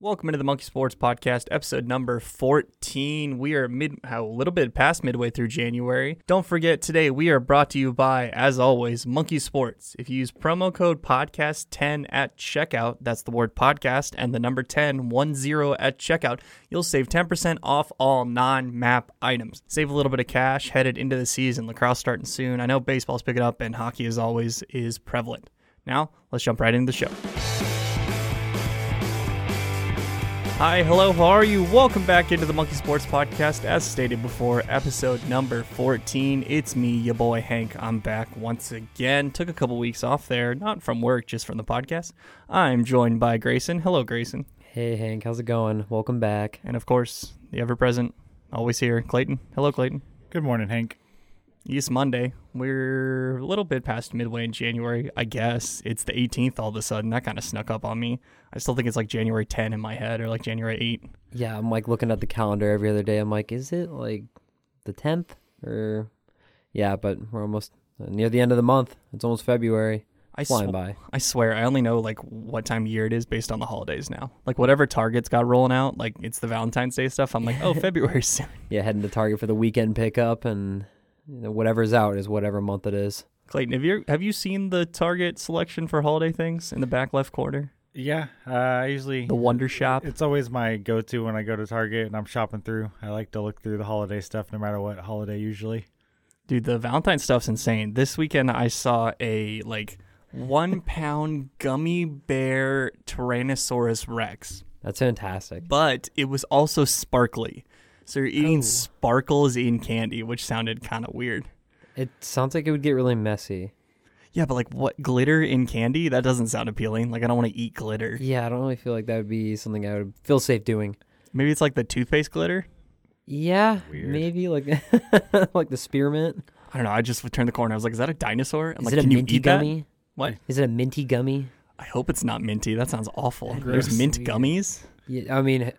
Welcome into the Monkey Sports Podcast, episode number 14. We are mid a little bit past midway through January. Don't forget today we are brought to you by as always Monkey Sports. If you use promo code podcast10 at checkout, that's the word podcast and the number 10 one zero at checkout, you'll save 10% off all non-map items. Save a little bit of cash headed into the season. Lacrosse starting soon. I know baseball's picking up and hockey as always is prevalent. Now, let's jump right into the show. Hi, hello, how are you? Welcome back into the Monkey Sports Podcast. As stated before, episode number 14. It's me, your boy Hank. I'm back once again. Took a couple weeks off there, not from work, just from the podcast. I'm joined by Grayson. Hello, Grayson. Hey Hank, how's it going? Welcome back. And of course, the ever present, always here, Clayton. Hello, Clayton. Good morning, Hank. It's Monday. We're a little bit past midway in January, I guess. It's the 18th all of a sudden. That kind of snuck up on me. I still think it's like January 10 in my head or like January 8. Yeah, I'm like looking at the calendar every other day. I'm like, is it like the 10th or yeah, but we're almost uh, near the end of the month. It's almost February. I Flying sw- by. I swear, I only know like what time of year it is based on the holidays now. Like whatever Target's got rolling out, like it's the Valentine's Day stuff. I'm like, oh, February's soon. Yeah, heading to Target for the weekend pickup and you know, whatever's out is whatever month it is. Clayton, have you have you seen the Target selection for holiday things in the back left corner? Yeah, uh, I usually The Wonder Shop. it's always my go-to when I go to Target and I'm shopping through. I like to look through the holiday stuff, no matter what holiday. Usually, Dude, the Valentine stuff's insane. This weekend I saw a like one pound gummy bear Tyrannosaurus Rex, That's fantastic. but it was also sparkly. So you're eating Oh. sparkles in candy, which sounded kind of weird. It sounds like it would get really messy. Yeah, but like what glitter in candy? That doesn't sound appealing. Like I don't want to eat glitter. Yeah, I don't really feel like that would be something I would feel safe doing. Maybe it's like the toothpaste glitter. Yeah, Weird. maybe like like the spearmint. I don't know. I just would turn the corner. I was like, is that a dinosaur? I'm Is like, it a can you minty eat that?" gummy? What? Is it a minty gummy? I hope it's not minty. That sounds awful. There's Gross. mint Weird. gummies. Yeah, I mean, I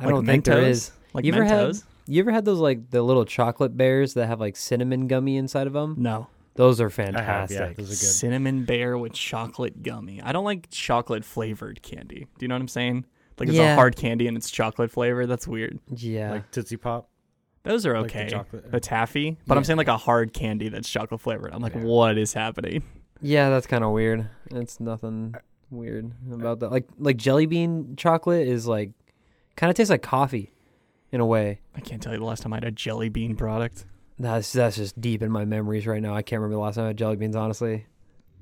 Like don't think there Mentos? is. Like you ever Mentos? had you ever had those like the little chocolate bears that have like cinnamon gummy inside of them? No. Those are I have. fantastic. Yeah, those are good. Cinnamon bear with chocolate gummy. I don't like chocolate flavored candy. Do you know what I'm saying? Like it's a Yeah. hard candy and it's chocolate flavored. That's weird. yeah, Like Tootsie Pop. Those are Like the okay. chocolate- The taffy, but I'm Yeah. saying like a hard candy that's chocolate flavored. I'm like, Yeah. what is happening? yeah, that's kind of weird. It's nothing weird about that. Like like jelly bean chocolate is like kind of tastes like coffee in a way. I can't tell you the last time I had a jelly bean product. That's that's just deep in my memories right now. I can't remember the last time I had jelly beans. Honestly,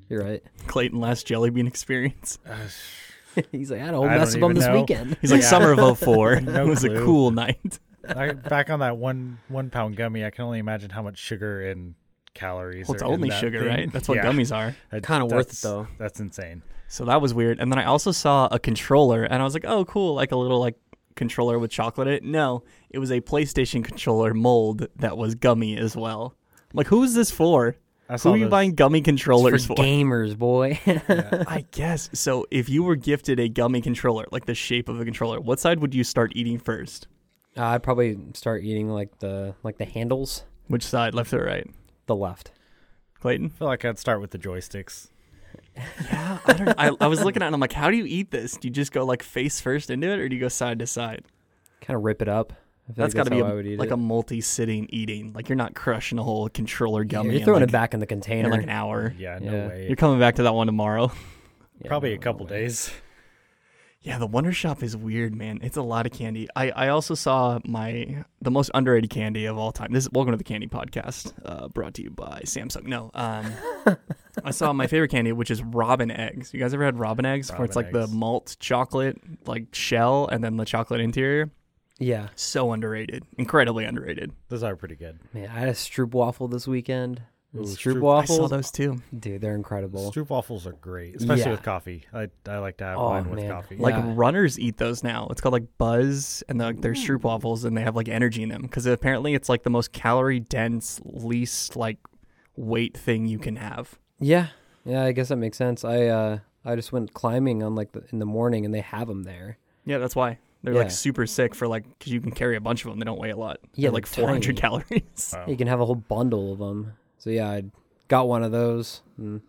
you're right. Clayton last jelly bean experience. Uh, He's like, I don't I mess don't with them even this know. weekend. He's like Yeah. summer of 04. No it was a clue. cool night. I, back on that one one pound gummy, I can only imagine how much sugar and calories. Well, it's are in only that sugar, thing. right? That's what Yeah. gummies are. That- Kinda worth it, that's- though. That's insane. So that was weird. And then I also saw a controller and I was like, "Oh, cool, like a little like controller with chocolate in it." No, it was a PlayStation controller mold that was gummy as well. I'm like, "Who is this for? I Who saw are you those- buying gummy controllers It's for?" for gamers, boy. I guess. So if you were gifted a gummy controller, like the shape of a controller, what side would you start eating first? Uh, I'd probably start eating like the like the handles, Which side, left or right? the left. Clayton? I feel like I'd start with the joysticks. Yeah, I don't. I, I was looking at it. and I'm like, how do you eat this? Do you just go like face first into it, or do you go side to side? Kind of rip it up. I feel That's like got to be how I would a, eat like it. a multi-sitting eating. Like you're not crushing a whole controller gummy. You're in, throwing like, it back in the in container. like an hour. Yeah, Yeah. no way. You're coming back to that one tomorrow. Yeah, Probably no, a no couple way. days. Yeah, the Wonder Shop is weird, man. It's a lot of candy. I, I also saw my the most underrated candy of all time. This is welcome to the Candy Podcast, uh, brought to you by Samsung. No, um, I saw my favorite candy, which is Robin eggs. You guys ever had Robin eggs? where it's like Robin the eggs. malt chocolate like shell and then the chocolate interior. Yeah, So underrated, incredibly underrated. Those are pretty good. man, I had a stroop waffle this weekend. Ooh, Stroop stroop- I saw waffles, those too. dude, they're incredible. Stroop waffles are great, especially Yeah. with coffee. I, I like to have Oh, mine with man. coffee. Like Yeah. runners eat those now. It's called like Buzz, and they're, like, they're stroop waffles, and they have like energy in them because apparently it's like the most calorie dense, least like weight thing you can have. Yeah, yeah, I guess that makes sense. I uh, I just went climbing on like the, in the morning, and they have them there. Yeah, that's why they're Yeah. like super sick for like because you can carry a bunch of them. They don't weigh a lot. Yeah, they're like they're 400 calories. Wow. You can have a whole bundle of them. So yeah, I got one of those. And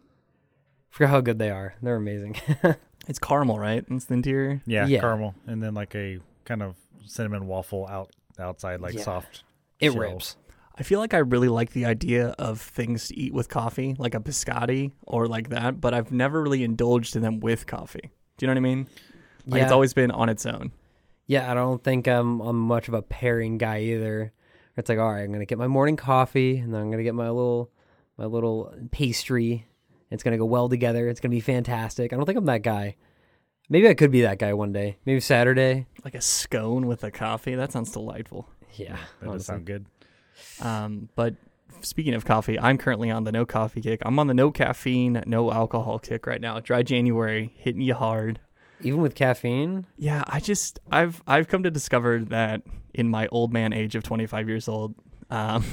forgot how good they are. They're amazing. It's caramel, right? It's the interior. Yeah, Yeah. caramel, and then like a kind of cinnamon waffle out outside, like Yeah. soft. It shell. rips. I feel like I really like the idea of things to eat with coffee, like a biscotti or like that, but I've never really indulged in them with coffee. Do you know what I mean? Like yeah. it's always been on its own. Yeah, I don't think I'm I'm much of a pairing guy either. It's like, all right, I'm gonna get my morning coffee, and then I'm gonna get my little my little pastry. It's gonna go well together. It's gonna be fantastic. I don't think I'm that guy. Maybe I could be that guy one day. Maybe Saturday. Like a scone with a coffee. That sounds delightful. Yeah, That does honestly. sound good. Um, but speaking of coffee, I'm currently on the no coffee kick. I'm on the no caffeine, no alcohol kick right now. Dry January hitting you hard. even with caffeine. Yeah, I just I've I've come to discover that in my old man age of 25 years old, um,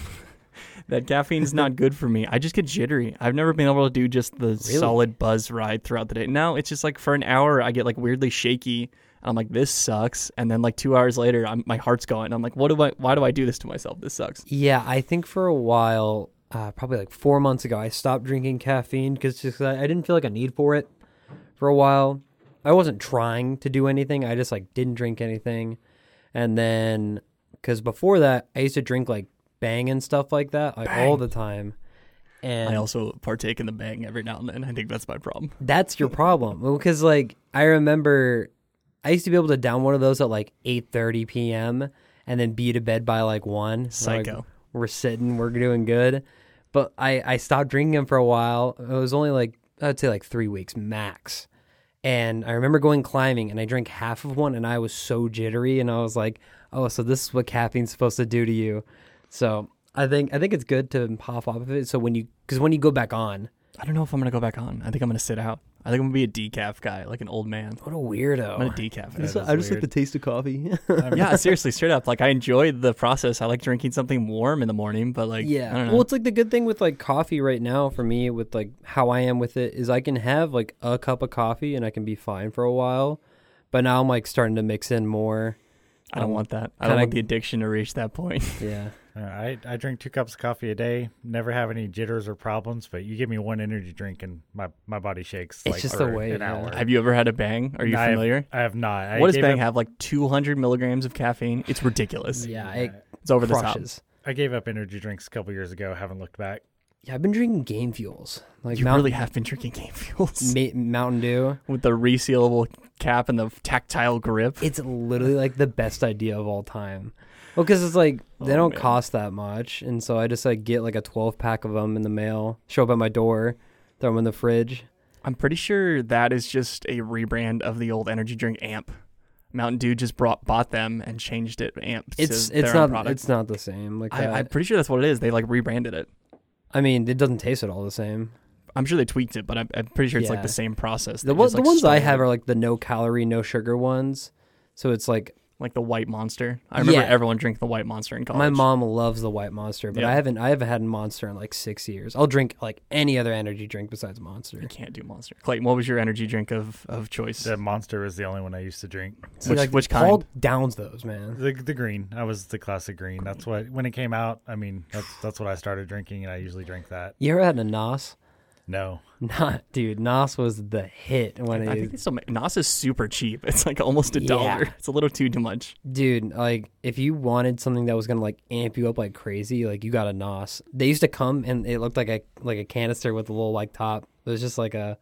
that caffeine's not good for me. I just get jittery. I've never been able to do just the solid buzz ride throughout the day. Now it's just like for an hour I get like weirdly shaky. And I'm like, this sucks. And then like two hours later, I'm, my heart's going. I'm like, what do I? Why do I do this to myself? This sucks. Yeah, I think for a while, uh, probably like four months ago, I stopped drinking caffeine because I, I didn't feel like a need for it for a while. I wasn't trying to do anything. I just like didn't drink anything, and then because before that, I used to drink like Bang and stuff like that like all the time. I And also partake in the bang every now and then. I think that's my problem. that's your problem because like i remember i used to be able to down one of those at like 8.30 p.m and then be to bed by like 1 Like, Psycho. we're sitting we're doing good but i i stopped drinking them for a while it was only like i'd say like three weeks max and i remember going climbing and i drank half of one and i was so jittery and i was like oh so this is what caffeine's supposed to do to you so i think i think it's good to pop off of it so when you because when you go back on I don't know if I'm gonna go back on. I think I'm gonna sit out. I think I'm gonna be a decaf guy, like an old man. what a weirdo I'm gonna decaf. it. That is weird. taste of coffee. yeah, seriously, straight up. Like I enjoy the process. I like drinking something warm in the morning, but like I yeah. don't know. Well, it's like the good thing with like coffee right now for me with like how I am with it is I can have like a cup of coffee and I can be fine for a while. But now I'm like starting to mix in more. I don't um, want that. I don't kinda- want the addiction to reach that point. Yeah. Uh, I I drink two cups of coffee a day. Never have any jitters or problems. But you give me one energy drink, and my, my body shakes. It's like, just for the way, An yeah. hour. have you ever had a bang? Are you I have- familiar? I have not. I what does gave bang up- have? Like 200 milligrams of caffeine. It's ridiculous. Yeah. It It's over the top. crushes. I gave up energy drinks a couple years ago. Haven't looked back. Yeah. I've been drinking game fuels like You Mount- really have been drinking game fuels Ma- Mountain Dew. with the resealable cap and the tactile grip. It's literally like the best idea of all time. Well, because it's like they Oh, don't man. cost that much, and so I just like get like a twelve pack of them in the mail, show up at my door, throw them in the fridge. I'm pretty sure that is just a rebrand of the old energy drink Amp. Mountain Dew just brought bought them and changed it Amp. to It's their it's own not product. it's not the same. Like I, that. I'm pretty sure that's what it is. They like rebranded it. I mean, it doesn't taste at all the same. I'm sure they tweaked it, but I'm, I'm pretty sure it's like Yeah. the same process. The, They one, just, the like, ones I stole have it. are like the no calorie, no sugar ones. So it's like like the White Monster. I remember Yeah. everyone drinking the White Monster in college. my mom loves the White Monster, but Oh, Yeah. I haven't I haven't had Monster in like six years. I'll drink like any other energy drink besides Monster. I can't do Monster. Clayton, what was your energy drink of of choice? The monster was the only one I used to drink. See, which- like, which Paul kind? downs those man. The the green. I was the classic green. That's what when it came out. I mean, that's that's what I started drinking, and I usually drink that. You ever had a Nos? No, Not dude, Nos was the hit when I it think they still make, Nas is super cheap. It's like almost a Yeah. dollar. It's a little too too much. dude like if you wanted something that was gonna like amp you up like crazy like you got a nos they used to come and it looked like a like a canister with a little like top it was just like a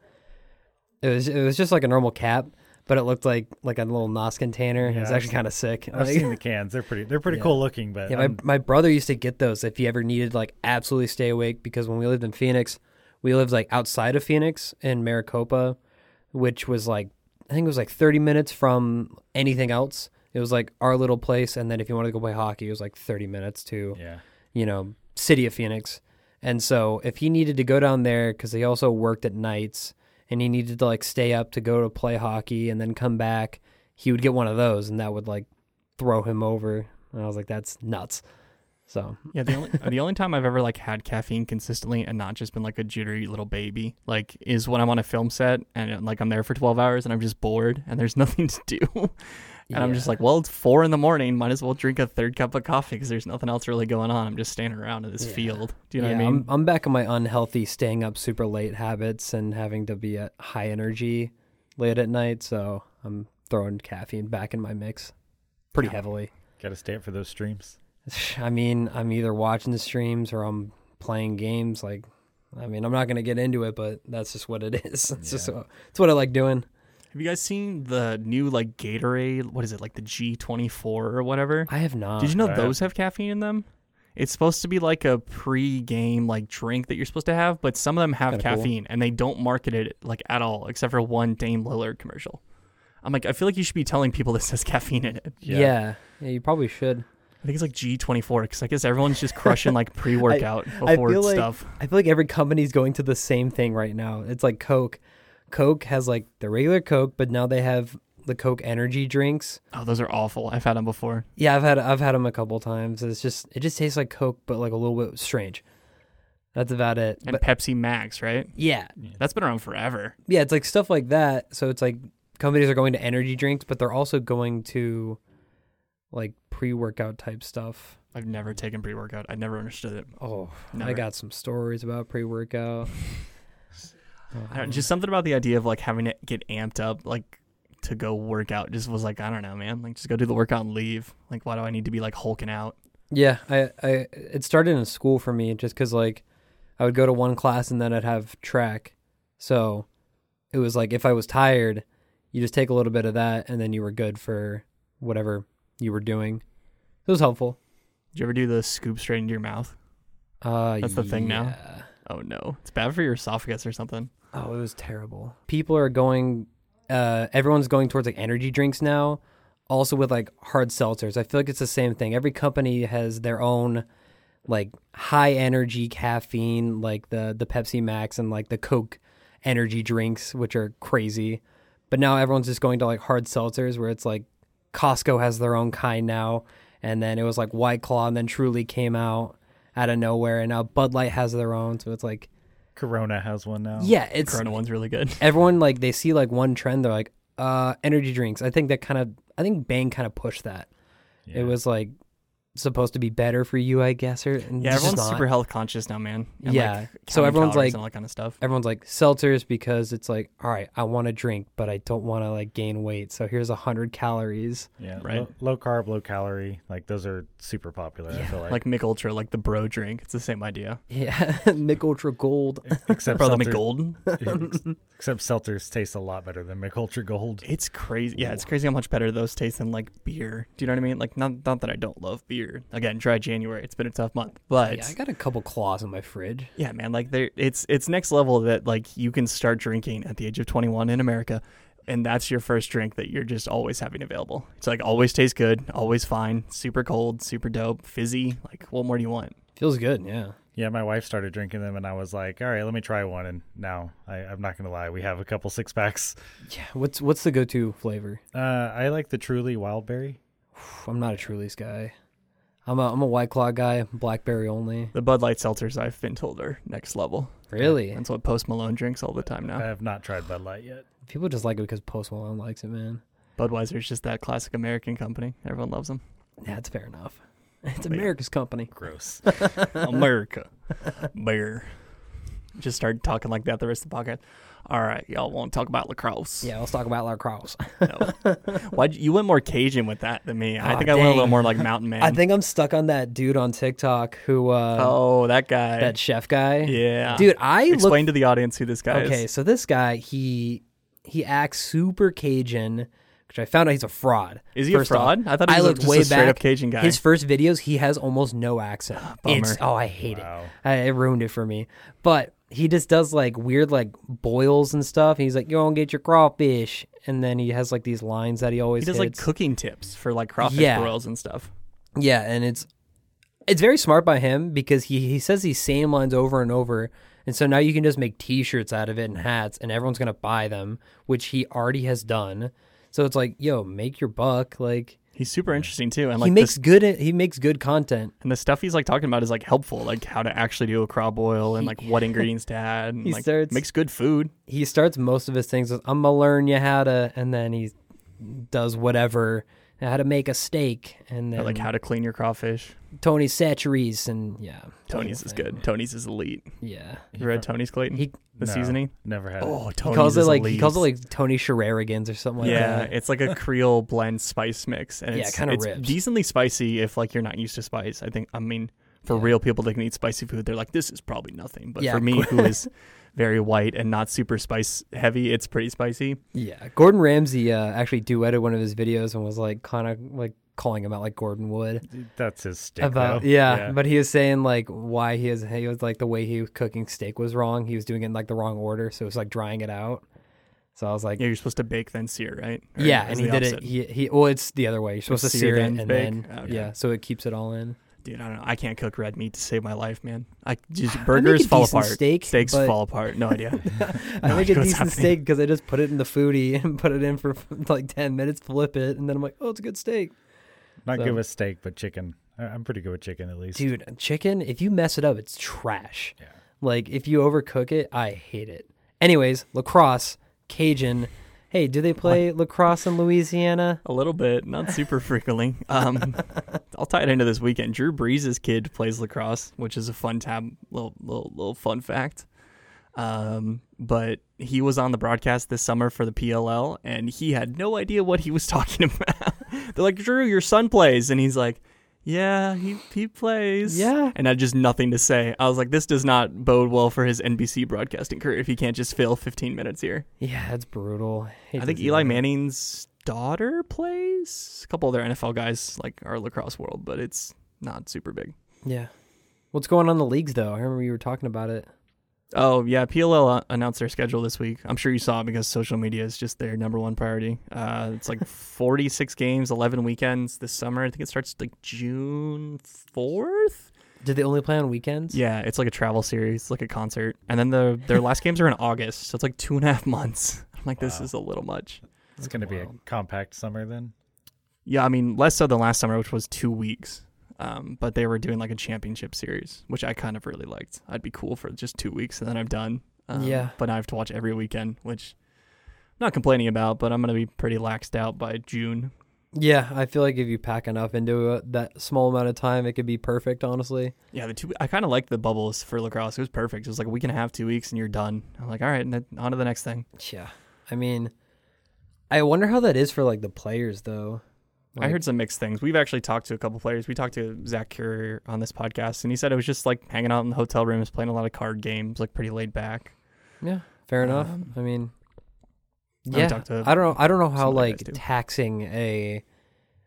it was it was just like a normal cap but it looked like like a little nos container it was Yeah, actually kind of sick I've Like- seen the cans. They're pretty. They're pretty cool looking, but yeah, I'm- my, my brother used to get those if he ever needed like absolutely stay awake because when we lived in Phoenix, we lived like outside of Phoenix in Maricopa, which was like I think it was like 30 minutes from anything else. It was like our little place and then if you wanted to go play hockey, it was like 30 minutes to, yeah. you know, city of Phoenix. And so if he needed to go down there cuz he also worked at nights and he needed to like stay up to go to play hockey and then come back, he would get one of those and that would like throw him over. And I was like that's nuts. So Yeah, the only uh, the only time I've ever like had caffeine consistently and not just been like a jittery little baby, like is when I'm on a film set and uh, like I'm there for 12 hours and I'm just bored and there's nothing to do. and I'm just yeah. like, well, it's 4 in the morning, might as well drink a third cup of coffee cuz there's nothing else really going on. I'm just standing around in this Yeah. field. Do you know what Yeah, I mean? I'm, I'm back on my unhealthy staying up super late habits and having to be at high energy late at night, so I'm throwing caffeine back in my mix pretty heavily. Got to stay up for those streams. I mean, I'm either watching the streams or I'm playing games. Like, I mean, I'm not gonna get into it, but that's just what it is. That's just what, it's what I like doing. Have you guys seen the new like Gatorade? What is it like the G24 or whatever? I have not. Did you know I those have caffeine in them? It's supposed to be like a pre-game like drink that you're supposed to have, but some of them have Kinda cool. caffeine and they don't market it like at all, except for one Dame Lillard commercial. I'm like, I feel like you should be telling people this has caffeine in it. Yeah. Yeah. yeah, you probably should. I think it's like G24 because I guess everyone's just crushing like pre-workout I before feel like- stuff. I feel like every company's going to the same thing right now. It's like Coke. Coke has like the regular Coke, but now they have the Coke energy drinks. Oh, those are awful. I've had them before. Yeah, I've had I've had them a couple times. It's just it just tastes like Coke, but like a little bit strange. That's about it. And But Pepsi Max, right? yeah, That's been around forever. yeah, it's like stuff like that. So it's like companies are going to energy drinks, but they're also going to like pre-workout type stuff. I've never taken pre-workout. I never understood it. Oh, I Never. got some stories about pre-workout. I don't, just something about the idea of like having to get amped up, like to go work out, just was like, I don't know, man. Like, just go do the workout and leave. Like, why do I need to be like hulking out? Yeah, I, I it started in school for me just because like I would go to one class and then I'd have track, so it was like if I was tired, you just take a little bit of that and then you were good for whatever you were doing. It was helpful. Did you ever do the scoop straight into your mouth? Uh, That's the thing now? yeah. Oh no, it's bad for your esophagus or something. Oh, it was terrible. People are going, uh, everyone's going towards like energy drinks now, also with like hard seltzers. I feel like it's the same thing. Every company has their own like high energy caffeine, like the the Pepsi Max and like the Coke energy drinks, which are crazy. But now everyone's just going to like hard seltzers, where it's like Costco has their own kind now, and then it was like White Claw, and then Truly came out out of nowhere, and now Bud Light has their own. So it's like, Corona has one now. yeah, it's Corona one's really good. everyone like they see like one trend they're like uh energy drinks i think that kind of i think bang kind of pushed that Yeah. it was like supposed to be better for you i guess or and Yeah, it's just everyone's not. super health conscious now, man. And, Yeah. like, So counting everyone's calories like- and all that kind of stuff. everyone's like seltzers because it's like all right i want to drink but i don't want to like gain weight so here's a 100 calories Yeah, Right. Low, low carb, low calorie. Like those are super popular. I feel like, Like Mick Ultra, like the bro drink. It's the same idea. yeah mick ultra gold except Bro, the seltzers- McGolden. except seltzers taste a lot better than McCulture Gold. It's crazy. Yeah, it's crazy how much better those taste than like beer. Do you know what I mean? Like, not not that I don't love beer. Again, dry January. It's been a tough month, but yeah i got a couple claws in my fridge Yeah, man, like there it's it's next level that like you can start drinking at the age of 21 in America and that's your first drink that you're just always having available. It's like always tastes good, always fine, super cold, super dope, fizzy, like what more do you want? feels good yeah Yeah, my wife started drinking them, and I was like, all right, let me try one. And now I, I'm not gonna lie, we have a couple six packs. yeah what's what's the go-to flavor Uh, I like the Truly Wild Berry. Pff, i'm not a truly's guy i'm a i'm a white claw guy blackberry only The Bud Light seltzers I've been told are next level. really That's what Post Malone drinks all the time I now. have not tried Bud Light yet. People just like it because Post Malone likes it, man. Budweiser's just that classic American company. Everyone loves them. Yeah, it's fair enough. It's America's company. Gross. America. Beer. Just start talking like that the rest of the podcast. All right, y'all want to talk about lacrosse? Yeah, let's talk about lacrosse. No. Why you went more Cajun with that than me? I Aw, think I went a little dang. more like Mountain Man. I think I'm stuck on that dude on TikTok who, uh, Oh, that guy. that chef guy. yeah, Dude, I look Explain to the audience who this guy Okay, is. so this guy, he he acts super Cajun, which I found out he's a fraud. Is he a First off, fraud? I thought he was a- looked just a way straight back. up Cajun guy. His first videos, he has almost no accent. Bummer. It's oh, I hate Wow. it. I, it ruined it for me. But he just does like weird like boils and stuff. He's like, "You don't get your crawfish," and then he has like these lines that he always He does like hits. cooking tips for like crawfish Yeah. broils and stuff. Yeah, and it's it's very smart by him because he he says these same lines over and over, and so now you can just make T-shirts out of it and hats, and everyone's gonna buy them, which he already has done. So it's like, yo, make your buck. Like He's super interesting too, and he like makes this, good he makes good content. and the stuff he's like talking about is like helpful, like how to actually do a craw boil and like what ingredients to add. And, He like, starts- makes good food. He starts most of his things with "I'm gonna learn you how to," and then he does whatever how to make a steak, and Or, then like how to clean your crawfish. Tony's Satcheries and yeah. Tony's is good. Tony's is elite. Yeah. You read Tony's Clayton? He- the No, seasoning? Never had. Oh, Oh, Tony's he calls it is like elite. he calls it like Tony Sherrerigans or something like yeah, that. it's like a Creole blend spice mix, and Yeah, it's, it kinda it's rips. decently spicy if like you're not used to spice. I think I mean for Yeah. real people that can eat spicy food, they're like this is probably nothing. But Yeah. for me, who is very white and not super spice heavy, it's pretty spicy. Yeah. Gordon Ramsay uh, actually duetted one of his videos and was like kind of like calling him out like Gordon would. that's his stick. about though. yeah, but he was saying like why he is he was like the way he was cooking steak was wrong. He was doing it in like the wrong order, so it was like drying it out. So I was like, Yeah, yeah, you're supposed to bake then sear, right? Or is and he the did it. opposite? He, he well, it's the Ah, other way. You're supposed to sear sear it then and bake? then Okay. yeah, so it keeps it all in. Dude, I don't know. I can't cook red meat to save my life, man. I just make burgers a fall decent apart, steak, steaks but- fall apart. No idea. I make a what's decent happening. steak because I just put it in the foodie and put it in for like ten minutes, flip it, and then I'm like, oh, it's a good steak, not so- good with steak, but chicken. I- I'm pretty good with chicken at least. dude. Chicken, if you mess it up, it's trash. Yeah. Like if you overcook it, I hate it. Anyways, lacrosse, Cajun. Hey, do they play lacrosse in Louisiana? A little bit, not super frequently. Um, I'll tie it into this weekend. Drew Brees' kid plays lacrosse, which is a fun tab, little little, little fun fact. Um, but he was on the broadcast this summer for the PLL, and he had no idea what he was talking about. They're like, Drew, your son plays, and he's like, Yeah, he he plays. Yeah. and I had just nothing to say. I was like, This does not bode well for his NBC broadcasting career if he can't just fill 15 minutes here. Yeah, it's brutal. Hate I to think see Eli that. Manning's daughter plays. A couple of their NFL guys like are lacrosse world, but it's not super big. Yeah. What's going on in the leagues though? I remember you were talking about it. Oh yeah, PLL announced their schedule this week. I'm sure you saw it because social media is just their number one priority. Uh, it's like 46 games, 11 weekends this summer. I think it starts like June 4th. Did they only play on weekends? Yeah, it's like a travel series, like a concert, and then the their last games are in August, so it's like two and a half months. I'm like, this Wow. is a little much. it's going to be a Wild. compact summer then. Yeah, I mean less so than last summer, which was two weeks. Um, but they were doing like a championship series, which I kind of really liked. I'd be cool for just two weeks, and then I'm done. Um, Yeah. But now I have to watch every weekend, which I'm not complaining about, but I'm gonna be pretty laxed out by June. Yeah, I feel like if you pack enough into it, that small amount of time, it could be perfect. Honestly. Yeah, the two. I kind of liked the bubbles for lacrosse. It was perfect. It was like a week and a half, two weeks, and you're done. I'm like, all right, n- on to the next thing. Yeah. I mean, I wonder how that is for like the players though. I Like- heard some mixed things. We've actually talked to a couple players. We talked to Zach Curier on this podcast, and he said it was just like hanging out in the hotel rooms, playing a lot of card games, like pretty laid back. Yeah. Fair enough. Um, I mean, I yeah. talked to I don't know. I don't know some how of the guys like do. taxing a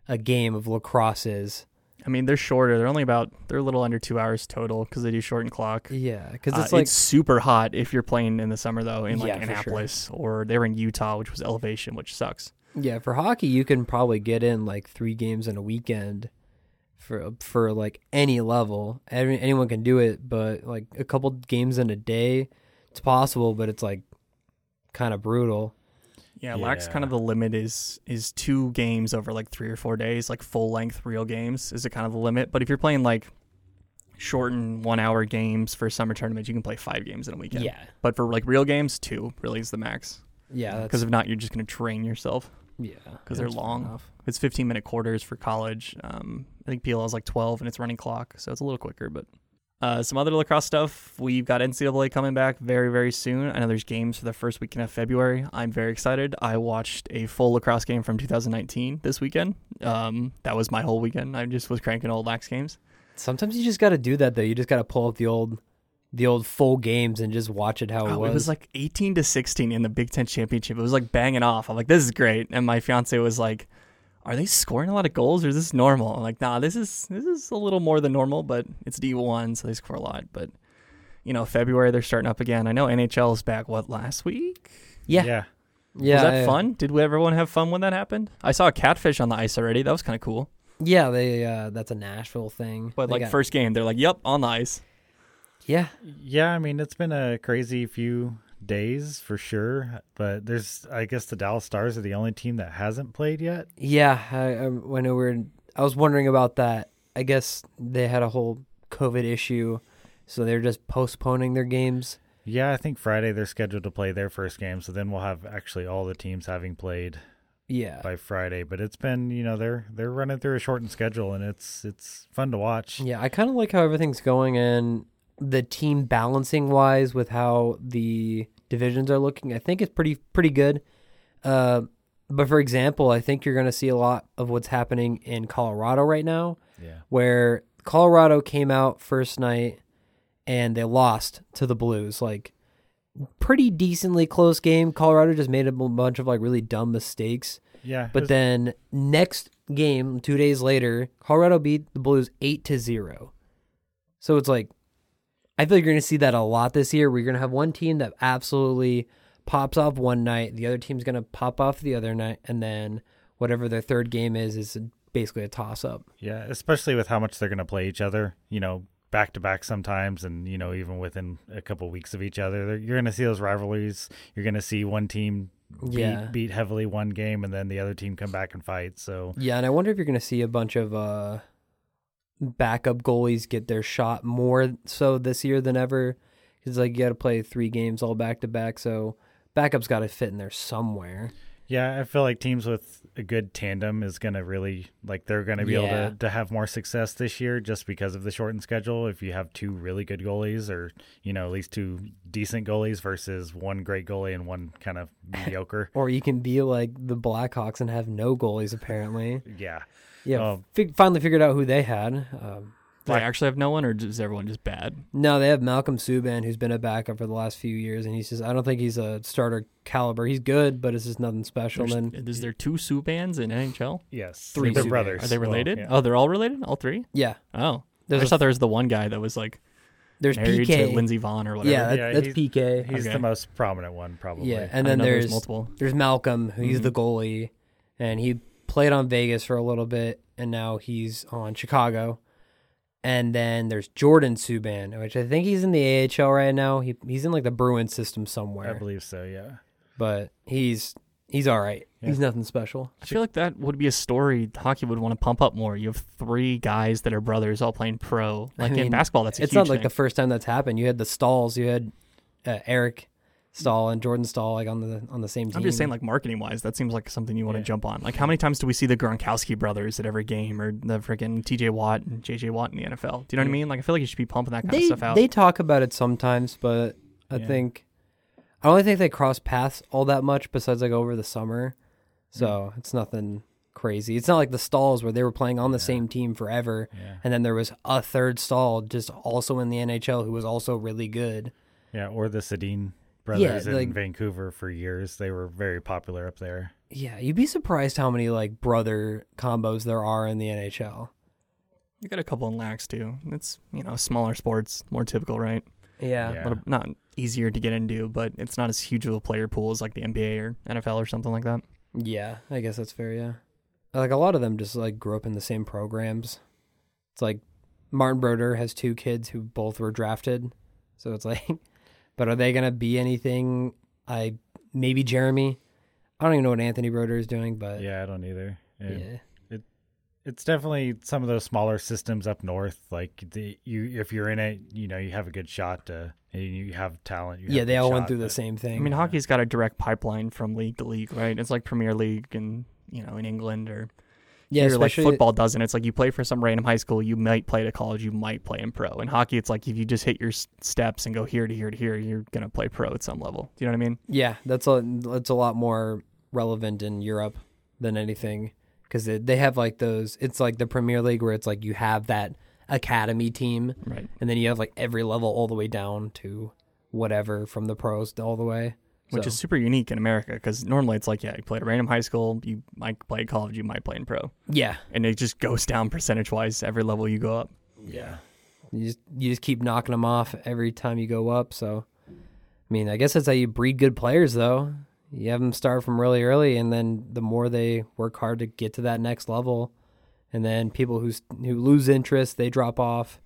a game of lacrosse is. I mean, they're shorter. They're only about they're a little under two hours total because they do shorten clock. Yeah, because Uh, it's like super hot if you're playing in the summer though in like Yeah, for sure. Annapolis or they were in Utah, which was elevation, which sucks. Yeah, for hockey, you can probably get in like three games in a weekend for for like any level. Any, anyone can do it, but like a couple games in a day, it's possible, but it's like kind of brutal. Yeah, lax Yeah. kind of the limit is is two games over like three or four days, like full length real games is a kind of the limit. But if you're playing like shortened one hour games for summer tournaments, you can play five games in a weekend. Yeah, But for like real games, two really is the max. yeah, that's, Because if not, you're just gonna train yourself. yeah, 'cause they're that's fair long. enough. It's 15 minute quarters for college. Um, I think PLL is like 12 and it's running clock, so it's a little quicker. But uh, some other lacrosse stuff. We've got NCAA coming back very, very soon. I know there's games for the first weekend of February. I'm very excited. I watched a full lacrosse game from 2019 this weekend. Um, that was my whole weekend. I just was cranking old lax games. Sometimes you just got to do that though. You just got to pull up the old the old full games and just watch it how it Oh, was. it was like 18 to 16 in the Big Ten championship. It was like banging off. I'm like, this is great. And my fiance was like, are they scoring a lot of goals or is this normal? I'm like, nah, this is this is a little more than normal, but it's D1, so they score a lot. But you know, February they're starting up again. I know NHL's back. What last week? yeah, yeah. Yeah. was that I- fun? Did we everyone have fun when that happened? I saw a catfish on the ice already. That was kind of cool. Yeah, they uh, that's a Nashville thing. But They like got- first game, they're like, yep, on the ice. yeah, Yeah, I mean it's been a crazy few days for sure, but there's I guess the Dallas Stars are the only team that hasn't played yet. Yeah, I, I, when we were, I was wondering about that. I guess they had a whole COVID issue, so they're just postponing their games. Yeah, I think Friday they're scheduled to play their first game, so then we'll have actually all the teams having played Yeah. by Friday. But it's been, you know, they're they're running through a shortened schedule, and it's it's fun to watch. Yeah, I kind of like how everything's going and the team balancing wise with how the divisions are looking. I think it's pretty pretty good. Uh, but for example, I think you're going to see a lot of what's happening in Colorado right now, Yeah. where Colorado came out first night and they lost to the Blues, like pretty decently close game. Colorado just made a b- bunch of like really dumb mistakes. Yeah, But it's- then next game, two days later, Colorado beat the Blues eight to zero. So it's like, I feel like you're going to see that a lot this year. Where you're going to have one team that absolutely pops off one night, the other team's going to pop off the other night, and then whatever their third game is is basically a toss up. yeah, especially with how much they're going to play each other, you know, back to back sometimes, and you know, even within a couple weeks of each other, They're- you're going to see those rivalries. You're going to see one team beat, Yeah. beat heavily one game, and then the other team come back and fight. So Yeah, and I wonder if you're going to see a bunch of uh, backup goalies get their shot more so this year than ever. Because like you got to play three games all back to back, so backup's got to fit in there somewhere. yeah, I feel like teams with a good tandem is going to really like they're going to be Yeah. able to, to have more success this year just because of the shortened schedule. If you have two really good goalies, or you know, at least two decent goalies versus one great goalie and one kind of mediocre. Or you can be like the Blackhawks and have no goalies apparently. Yeah. Yeah, Oh. Um, fig- finally figured out who they had. Um, Do I actually have no one, or is everyone just bad? no, they have Malcolm Subban, who's been a backup for the last few years, and he's just I don't think he's a starter caliber. He's good, but it's just nothing special. There's- Then is there two Subans in NHL? Yes. Three They're Subban. brothers. Are they Well, related? yeah. Oh, they're all related. All three. yeah, Oh, There's I a- just thought there was the one guy that was like there's married PK. to Lindsey Vaughn or whatever. yeah, that, Yeah, that's he's- PK. Oh, He's Okay. the most prominent one, probably. Yeah, I and didn't then know there was there's multiple. there's Malcolm, who he's the goalie, and he played on Vegas for a little bit, and now he's on Chicago. And then there's Jordan Subban, which I think he's in the AHL right now. He he's in like the Bruin system I somewhere, believe so. Yeah. but he's he's all right. He's nothing special. I feel like that would be a story hockey would want to pump up more. You have three guys that are brothers all playing pro. Like mean, in basketball, that's a it's huge not like thing. the first time that's happened. You had the Stalls, you had uh, Eric Stahl and Jordan Stahl like on the on the same team. I'm just saying, like marketing wise, that seems like something you want Yeah. to jump on. Like, how many times do we see the Gronkowski brothers at every game, or the freaking T.J. Watt and J.J. Watt in the NFL? Do you know what I mean? Like, I feel like you should be pumping that kind they of stuff out. they talk about it sometimes, but I Yeah. think I don't think they cross paths all that much besides like over the summer. So it's nothing crazy. It's not like the stalls where they were playing on the same team forever, Yeah. and then there was a third stall just also in the NHL who was also really good. Yeah. Or the Sedin brothers in like- Vancouver for years. They were very popular up there. Yeah, you'd be surprised how many like brother combos there are in the NHL. you got a couple in lax too. It's you know smaller sports, more typical, right? Yeah. Yeah. But uh, not easier to get into, but it's not as huge of a player pool as like the NBA or NFL or something like that. Yeah, I guess that's fair. Yeah, like a lot of them just like grew up in the same programs. It's like Martin Broder has two kids who both were drafted, so it's like, but are they gonna be anything? I maybe Jeremy. I don't even know what Anthony Broder is doing, but yeah, Yeah. I don't either. And It's definitely some of those smaller systems up north. Like the, you, if you're in it, you know, you have a good shot to, and you have talent. You yeah, have they a all went shot, through the but- same I thing. mean, hockey's got a direct pipeline from league to league, right? It's like Premier League and you know in England or yeah, here, like especially football doesn't. It's like you play for some random high school, you might play to college, you might play in pro. In hockey, it's like if you just hit your s- steps and go here to here to here, you're gonna play pro at some level. Do you know what I mean? Yeah, that's a that's a lot more relevant in Europe than anything because they, they have like those. It's like the Premier League where it's like you have that academy team, Right. and then you have like every level all the way down to whatever from the pros to all the way. Which So, is super unique in America because normally it's like, yeah, you play at random high school, you might play at college, you might play in pro, yeah, and it just goes down percentage wise every level you go up. Yeah. you just you just keep knocking them off every time you go up. So, I mean, I guess that's how you breed good players, though. You have them start from really early, and then the more they work hard to get to that next level, and then people who who lose interest, they drop off,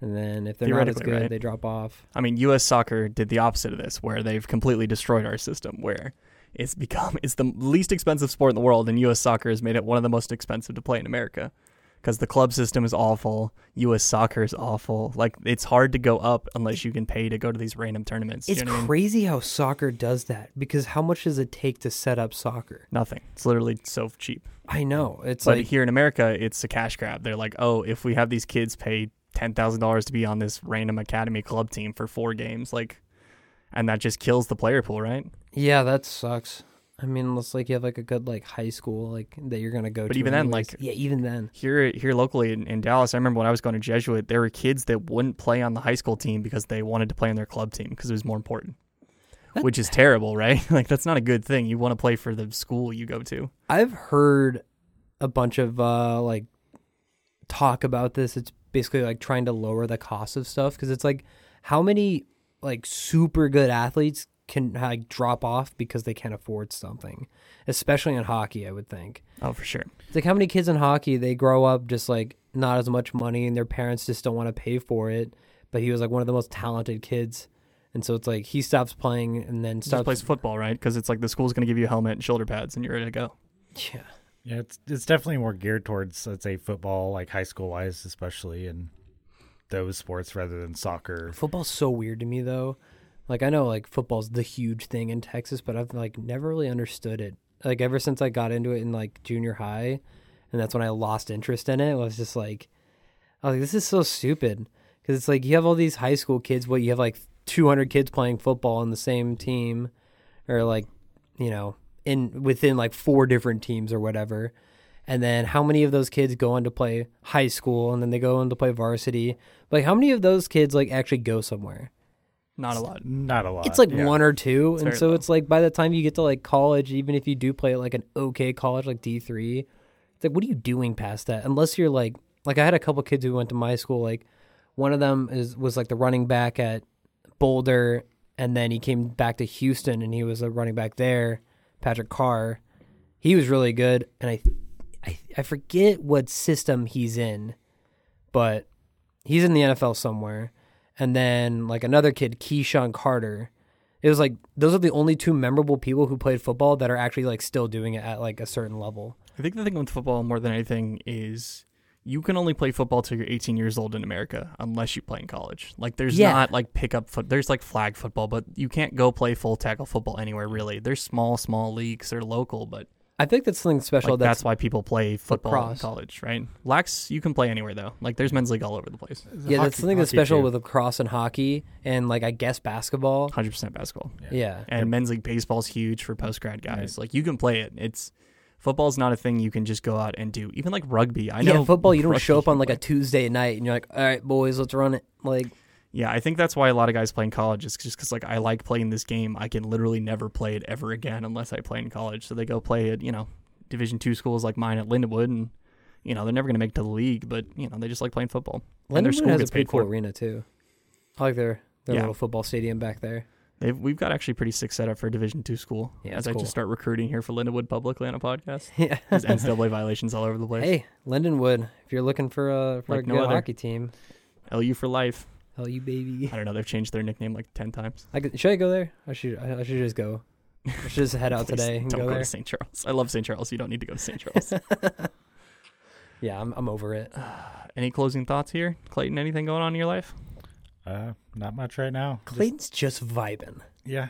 and then if they're not as Theoretically, good, right? they drop off. I mean, U.S. soccer did the opposite of this, where they've completely destroyed our system, where it's become it's the least expensive sport in the world, and U.S. soccer has made it one of the most expensive to play in America. because the club system is awful. U.S. soccer is awful. Like it's hard to go up unless you can pay to go to these random tournaments. It's you know what I mean? crazy how soccer does that because how much does it take to set up soccer? Nothing. It's literally so cheap. I know. It's but like here in America, it's a cash grab. They're like, oh, if we have these kids pay ten thousand dollars to be on this random academy club team for four games, like, and that just kills the player pool, right? yeah, that sucks. I mean, unless like you have like a good like high school like that you're gonna go to. But even then, anyways. like- yeah, even then, Here, here locally in, in Dallas, I remember when I was going to Jesuit, there were kids that wouldn't play on the high school team because they wanted to play on their club team because it was more important. That- Which is terrible, right? like that's not a good thing. You want to play for the school you go to. I've heard a bunch of uh like talk about this. It's basically like trying to lower the cost of stuff because it's like how many like super good athletes can like drop off because they can't afford something, especially in hockey. I would think. Oh, for sure. It's like how many kids in hockey they grow up just like not as much money and their parents just don't want to pay for it. But he was like one of the most talented kids, and so it's like he stops playing and then Just starts. plays football, right? Because it's like the school's going to give you a helmet and shoulder pads, and you're ready to go. yeah, Yeah, it's it's definitely more geared towards let's say football, like high school wise, especially and those sports rather than soccer. football's so weird to me though. Like I know like football's the huge thing in Texas, but I've like never really understood it. Like ever since I got into it in like junior high, and that's when I lost interest in it. I was just like, I was like, this is so stupid because it's like you have all these high school kids, but you have like 200 kids playing football on the same team, or like you know in within like four different teams or whatever. And then how many of those kids go on to play high school, and then they go on to play varsity? Like how many of those kids like actually go somewhere? Not a lot. Not a lot. It's like yeah. one or two, and very so low. it's like by the time you get to like college, even if you do play at like an okay college like D three, it's like what are you doing past that? Unless you're like like I had a couple kids who went to my school. Like one of them is was like the running back at Boulder, and then he came back to Houston and he was a running back there. Patrick Carr, he was really good, and I I, I forget what system he's in, but he's in the NFL somewhere. And then like another kid, Keyshawn Carter. It was like those are the only two memorable people who played football that are actually like still doing it at like a certain level. I think the thing with football more than anything is you can only play football till you're 18 years old in America unless you play in college. Like there's Yeah. not like pickup foot. There's like flag football, but you can't go play full tackle football anywhere really. There's small small leagues. They're local, but I think that's something special. like, that's, that's, why people play football in Lacrosse. college, right? Lax, you can play anywhere though. Like there's men's league all over the place. yeah, that's Hockey- something that's hockey, special too. with lacrosse and hockey and like I guess basketball. 100% basketball. Yeah. And men's league baseball's huge for post grad guys. Like you can play it. It's football's not a thing you can just go out and do. Even like rugby. I know yeah, football you don't rugby show up you on like play. a Tuesday night and you're like, all right, boys, let's run it. Like Yeah, I think that's why a lot of guys play in college is just because like I like playing this game. I can literally never play it ever again unless I play in college. So they go play at you know Division two schools like mine at Lindenwood, and you know they're never gonna make it to the league, but you know they just like playing football. and their Lindenwood school has a gets pretty paid cool for. it. arena too. I like their their Yeah. little football stadium back there. They've, we've got actually pretty sick setup for a Division two school. Yeah, as it's I cool. just start recruiting here for Lindenwood publicly on a podcast, Yeah. there's NCAA violations all over the place. Hey, Lindenwood, if you're looking for a for Like a no good other. hockey team, LU for life. hell you baby. I don't know. They've changed their nickname like ten times. I could, should I go there? I should I, I should just go. I should just head out Please today and don't go, go there. to St. Charles. I love St. Charles. You don't need to go to St. Charles. Yeah, I'm I'm over it. Any closing thoughts here, Clayton? Anything going on in your life? Uh, not much right now. Just- Clayton's just vibing. yeah.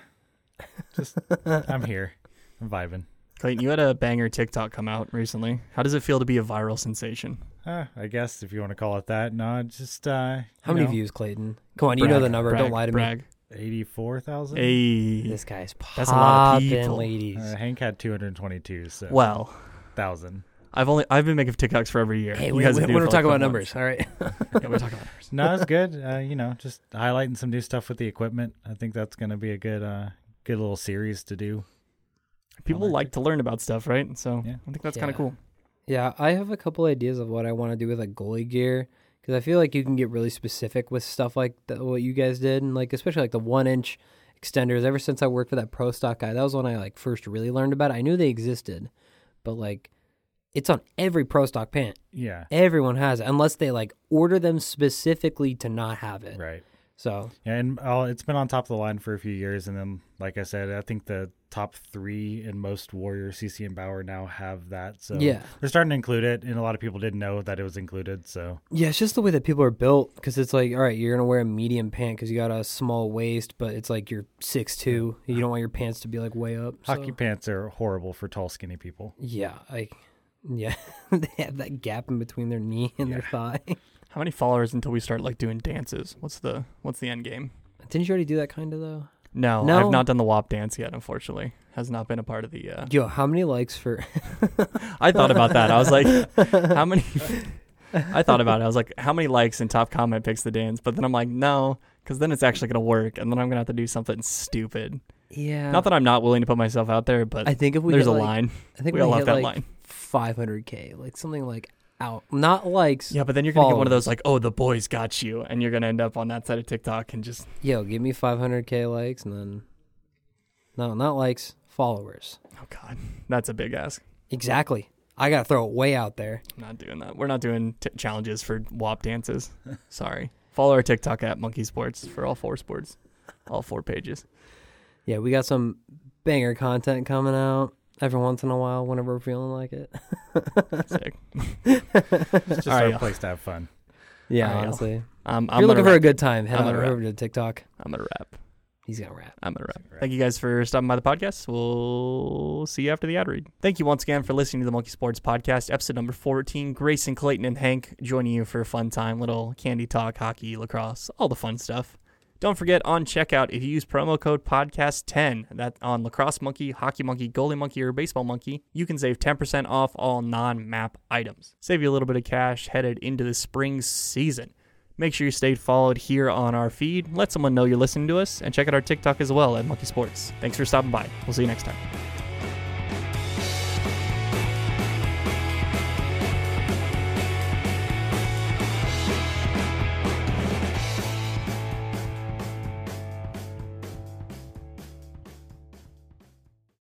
Just I'm here. I'm vibing. Clayton, you had a banger TikTok come out recently. How does it feel to be a viral sensation? Uh, I guess if you want to call it that. No, it's just uh How you many know, views, Clayton? Come on, you know Brag, the number. brag, Don't lie to brag. Eighty-four thousand. Hey, me. This guy's popping, That's a lot of people. ladies. Uh, Hank had two hundred twenty-two. So well, thousand. I've only I've been making TikToks for every year. Hey, You we, we, guys we have been don't for talk like about a numbers, month. all right? yeah, we're talking about numbers. No, it's good. Uh, you know, just highlighting some new stuff with the equipment. I think that's going to be a good, uh, good little series to do. People like like to learn about stuff, right? So Yeah. I think that's kind Yeah. of cool. Yeah, I have a couple ideas of what I want to do with like goalie gear because I feel like you can get really specific with stuff like the, what you guys did and like especially like the one inch extenders. Ever since I worked for that pro stock guy, that was when I like first really learned about it. I knew they existed, but like it's on every pro stock pant. Yeah, Everyone has it unless they like order them specifically to not have it. right. So Yeah, and uh, it's been on top of the line for a few years, and then, like I said, I think the top three in most Warrior, CC, and Bauer now have that. So Yeah. they're starting to include it, and a lot of people didn't know that it was included. So yeah, it's just the way that people are built because it's like, all right, you're gonna wear a medium pant because you got a small waist, but it's like you're six two. You don't want your pants to be like way up. so- hockey pants are horrible for tall, skinny people. Yeah, I. Yeah, they have that gap in between their knee and their thigh. How many followers until we start like doing dances? What's the what's the end game? Didn't you already do that kind of though? No, No. I've not done the WAP dance yet. Unfortunately, has not been a part of the. Uh, Yo, how many likes for? I thought about that. I was like, how many? I thought about it. I was like, how many likes and top comment picks the dance? But then I'm like, no, because then it's actually gonna work, and then I'm gonna have to do something stupid. Yeah, Not that I'm not willing to put myself out there, but I think if we there's hit, a like- line. I think We we all hit have that like line. 500k, like something like out, not likes. Yeah, but then you're gonna get one of those like, oh, the boys got you, and you're gonna end up on that side of TikTok and just Yo, give me 500k likes and then, no, not likes, followers. oh god, that's a big ask. Exactly. I gotta throw it way out there. I'm not doing that. We're not doing t- challenges for WAP dances. Sorry. Follow our TikTok at Monkey Sports for all four sports, all four pages. Yeah, we got some banger content coming out every once in a while whenever we're feeling like it. Sick. Um, It's just All right, our y'all. place to have fun. Yeah, All right, honestly, if Um, I'm you're looking gonna for a wrap. good time, head I'm on gonna over to TikTok. I'm gonna wrap. He's gonna rap. I'm gonna wrap. Wrap. Thank you guys for stopping by the podcast. We'll see you after the ad read. Thank you once again for listening to the Monkey Sports Podcast, episode number 14. Grayson, Clayton, and Hank joining you for a fun time, little candy talk, hockey, lacrosse, all the fun stuff. Don't forget on checkout if you use promo code podcast10 that on lacrosse monkey, hockey monkey, goalie monkey, or baseball monkey, you can save 10% off all non-map items. Save you a little bit of cash headed into the spring season. Make sure you stay followed here on our feed. Let someone know you're listening to us and check out our TikTok as well at Monkey Sports. Thanks for stopping by. We'll see you next time.